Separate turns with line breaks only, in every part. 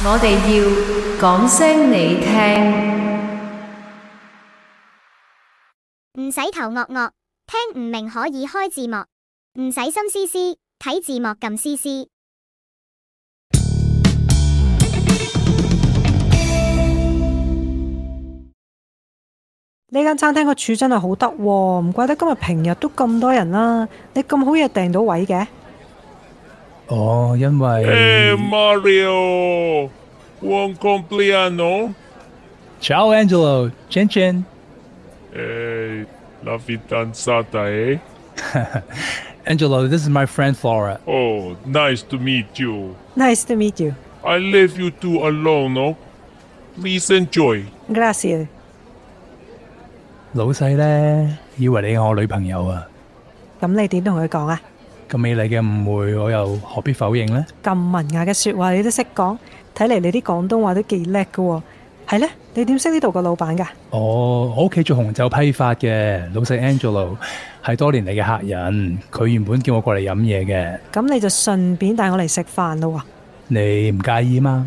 我哋要講聲你聽，
唔使頭惡惡，聽唔明可以開字幕，唔使心思思，睇字幕撳思思。
呢間餐廳個柱真係好得喎，唔怪得今日平日都咁多人啦。你咁好嘢訂到位嘅，
哦，因為
Eh, Mario, buon compleanno.
Ciao Angelo, Chin Chin。
Eh, la fidanzata, eh?
Angelo, this is my friend Flora.
Oh, nice to meet you.
nice to meet you.
I leave you two alone, oh? Please enjoy.
Gracias。
老細呢，以為你係我女朋友啊，
咁你點同佢講啊？
咁美麗嘅誤會，我又何必否認呢？
咁文雅嘅説話你都識講，睇嚟你啲廣東話都幾叻㗎喎。係呢？你點識呢度個老闆㗎？
我我屋企做紅酒批發嘅，老細 Angelo 係多年嚟嘅客人，佢原本叫我過嚟飲嘢嘅，
咁你就順便帶我嚟食飯咯
你唔介意嘛？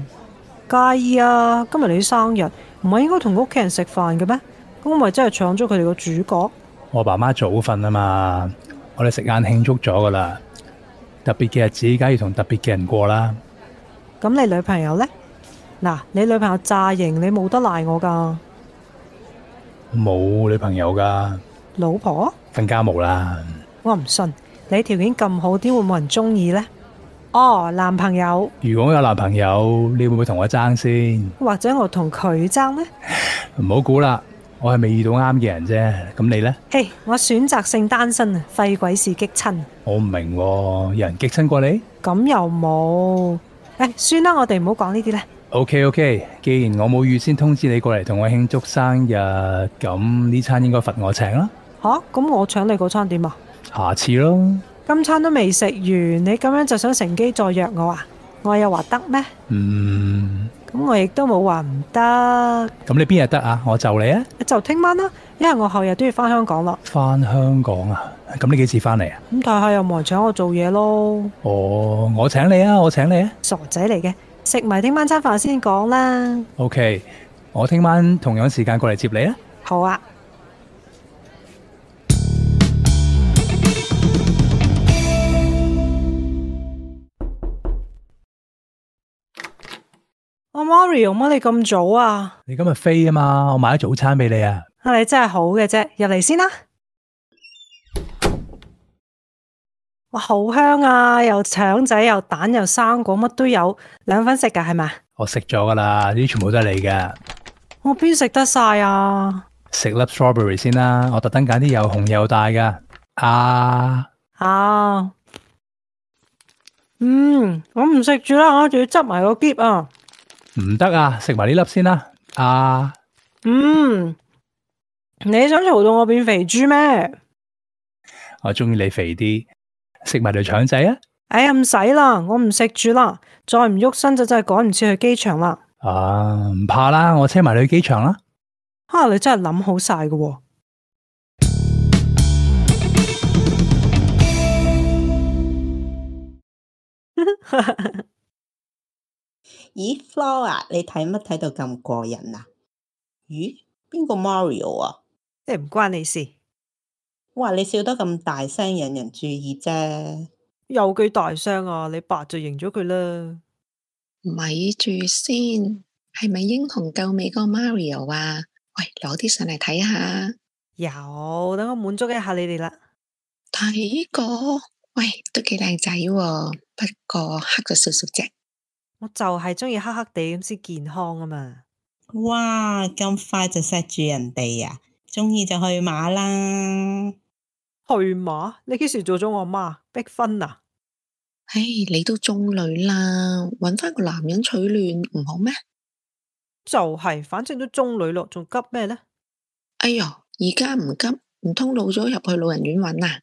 喎。介意啊？今日你生日，唔係應該同屋企人食飯嘅咩？咁咪真係搶咗佢哋個主角。
我爸媽早瞓啊嘛，我哋食晏慶祝咗噶啦，特別嘅日子梗係要同特別嘅人過啦。
咁你女朋友呢？嗱，你女朋友詐型，你冇得賴我㗎。
冇女朋友噶，
老婆？
更加冇啦。
我唔信，你條件咁好，點會冇人中意呢？哦，男朋友
如果我有男朋友，你會唔會同我爭先？
或者我同佢爭呢？
唔好估啦，我係未遇到啱嘅人啫。咁你呢？
嘿，我選擇性單身啊，廢鬼事激親，
我唔明、喎，有人激親過你
咁又冇。誒，算啦，我哋唔好講呢啲啦。
？OK OK，既然我冇預先通知你過嚟同我慶祝生日，咁呢餐應該罰我請啦，
吓、哦咁我搶你嗰餐點啊？
下次咯。
今餐都未食完，你咁樣就想乘機再約我啊？我又話得咩？
嗯，
咁我亦都冇話唔得，
咁你邊日得啊？我就你啊，
就聽晚啦，因為我後日都要翻香港咯。
翻香港啊？咁你幾時翻嚟啊？
咁睇下有冇人請我做嘢咯。
哦，我請你啊，我請你啊。
傻仔嚟嘅，食埋聽晚餐飯先講啦。
OK，我聽晚同樣時間過嚟接你啊。
好啊，阿 Mario，乜你咁早啊？
你今日飛啊嘛，我買咗早餐俾你啊。
啊，你真係好嘅啫，入嚟先啦。哇，好香啊！又腸仔，又蛋，又生果，乜都有，兩份食噶係咪？
我食咗噶啦，呢啲全部都係你嘅。
我邊食得晒啊？
食粒 strawberry 先啦，我特登揀啲又紅又大嘅。啊，
啊，嗯，我唔食住啦，我仲要執埋個箧啊。
唔得啊，食埋呢粒先啦。啊，
嗯，你想嘈到我變肥豬咩？
我中意你肥啲，食埋條腸仔啊。
哎呀，唔使啦，我唔食住啦，再唔喐身就真係趕唔切去機場啦。
啊，唔怕啦，我車埋你去機場啦。
哈，啊你真係諗好晒㗎喎。
咦，Flora，你睇乜睇到咁過癮啊？咦，邊個 Mario 啊？
即係唔關你事，
哇，你笑得咁大聲，引人注意啫。
有幾大聲啊？你白就贏咗佢啦。
咪住先，係咪英雄救美個 Mario 啊？喂，攞啲上嚟睇下，
有，等我滿足一下你哋啦。
睇呢個，喂，都幾靚仔喎，不過黑咗少少啫。
我就係中意黑黑地咁先健康啊嘛。
哇，咁快就錫住人哋啊！中意就去馬啦。
去馬，你幾時做咗我媽？逼婚啊？
唉，你都中女啦，搵翻個男人取暖唔好咩？
就係、反正都中女咯，仲急咩呢？
哎喲，而家唔急，唔通老咗入去老人院搵啊？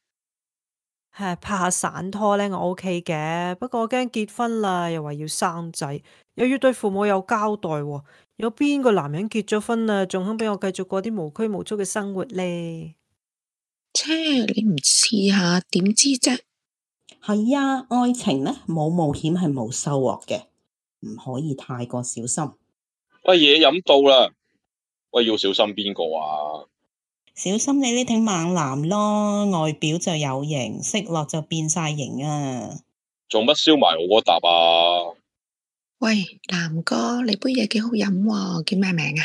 唉，拍下散拖咧，我 OK 嘅。不過我驚結婚啦，又話要生仔，又要對父母有交代喎。有邊個男人結咗婚啦，仲肯俾我繼續過啲無拘無束嘅生活咧？
切，你唔試下點知啫？
係啊，愛情呢，冇冒險係冇收穫嘅。唔可以太過小心。
喂，嘢飲到啦，喂，要小心邊個啊？
小心你呢挺猛男咯，外表就有型，識落就變晒型啊！
做乜燒埋我嗰沓啊？
喂，南哥，你杯嘢幾好飲喎，叫咩名啊？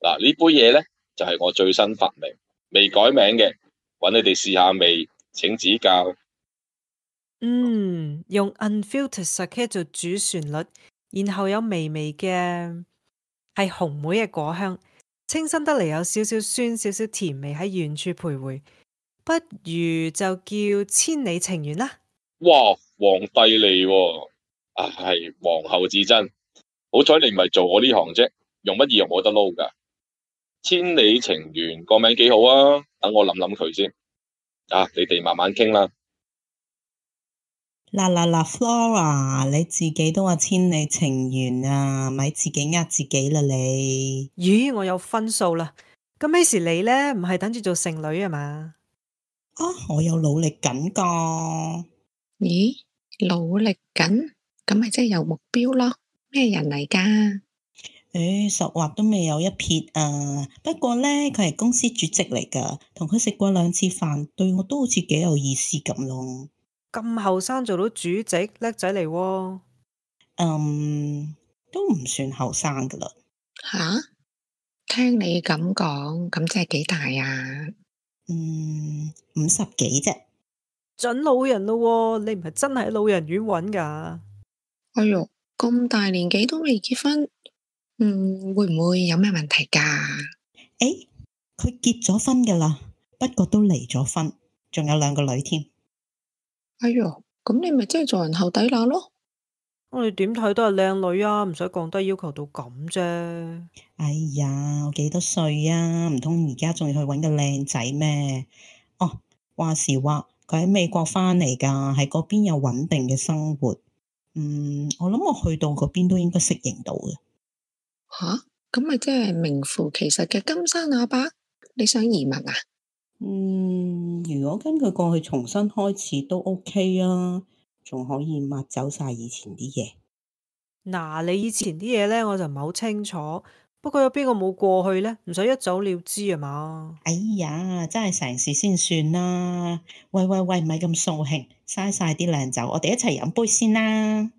嗱，呢杯嘢咧就係我最新發明，未改名嘅，揾你哋試下味，請指教。
嗯，用 unfiltered sake 做主旋律，然後有微微嘅係紅莓嘅果香，清新得嚟有少少酸、少少甜味喺遠處徘徊。不如就叫千里情緣啦。
哇，皇帝嚟喎、啊，係皇后至真。好彩你唔係做我呢行啫，用乜嘢我冇得撈㗎。千里情緣個名幾好啊，等我諗諗佢先。啊，你哋慢慢傾啦。
嗱嗱嗱，Flora，你自己都話千里情緣啊，咪自己呃自己啦你！
咦，我有分數啦。咁幾時你呢？唔係等住做剩女啊嘛？
啊，我有努力緊㗎。
咦，努力緊，咁咪即係有目標咯？咩人嚟噶？
誒，十劃都未有一撇啊！不過呢，佢係公司主席嚟㗎，同佢食過兩次飯，對我都好似幾有意思咁咯。
咁後生做到主席，叻仔嚟喎。
嗯，都唔算後生㗎啦。
吓，聽你咁講，咁即係幾大啊？
嗯，五十幾啫。
準老人咯喎，你唔係真係喺老人院揾噶？
哎喲，咁大年紀都未結婚，嗯，會唔會有咩問題噶？
誒，佢結咗婚㗎啦，不過都離咗婚，仲有兩個女添。
哎喲，咁你咪即係做人後底乸咯？
我哋點睇都係靚女啊，唔使降低要求到咁啫。
哎呀，我幾多歲啊？唔通而家仲要去揾個靚仔咩？哦，話時話佢喺美國返嚟㗎，喺嗰邊有穩定嘅生活。嗯，我諗我去到嗰邊都應該適應到嘅。
吓，咁咪即係名副其實嘅金山阿伯？你想移民啊？
嗯，如果跟佢過去重新開始都 OK 啊，仲可以抹走晒以前啲嘢。
嗱，你以前啲嘢呢，我就唔係好清楚。不過有邊個冇過去呢？唔使一早了知啊嘛。
哎呀，真係成事先算啦！喂喂喂，咪咁掃興，嘥晒啲靚酒，我哋一齊飲杯先啦。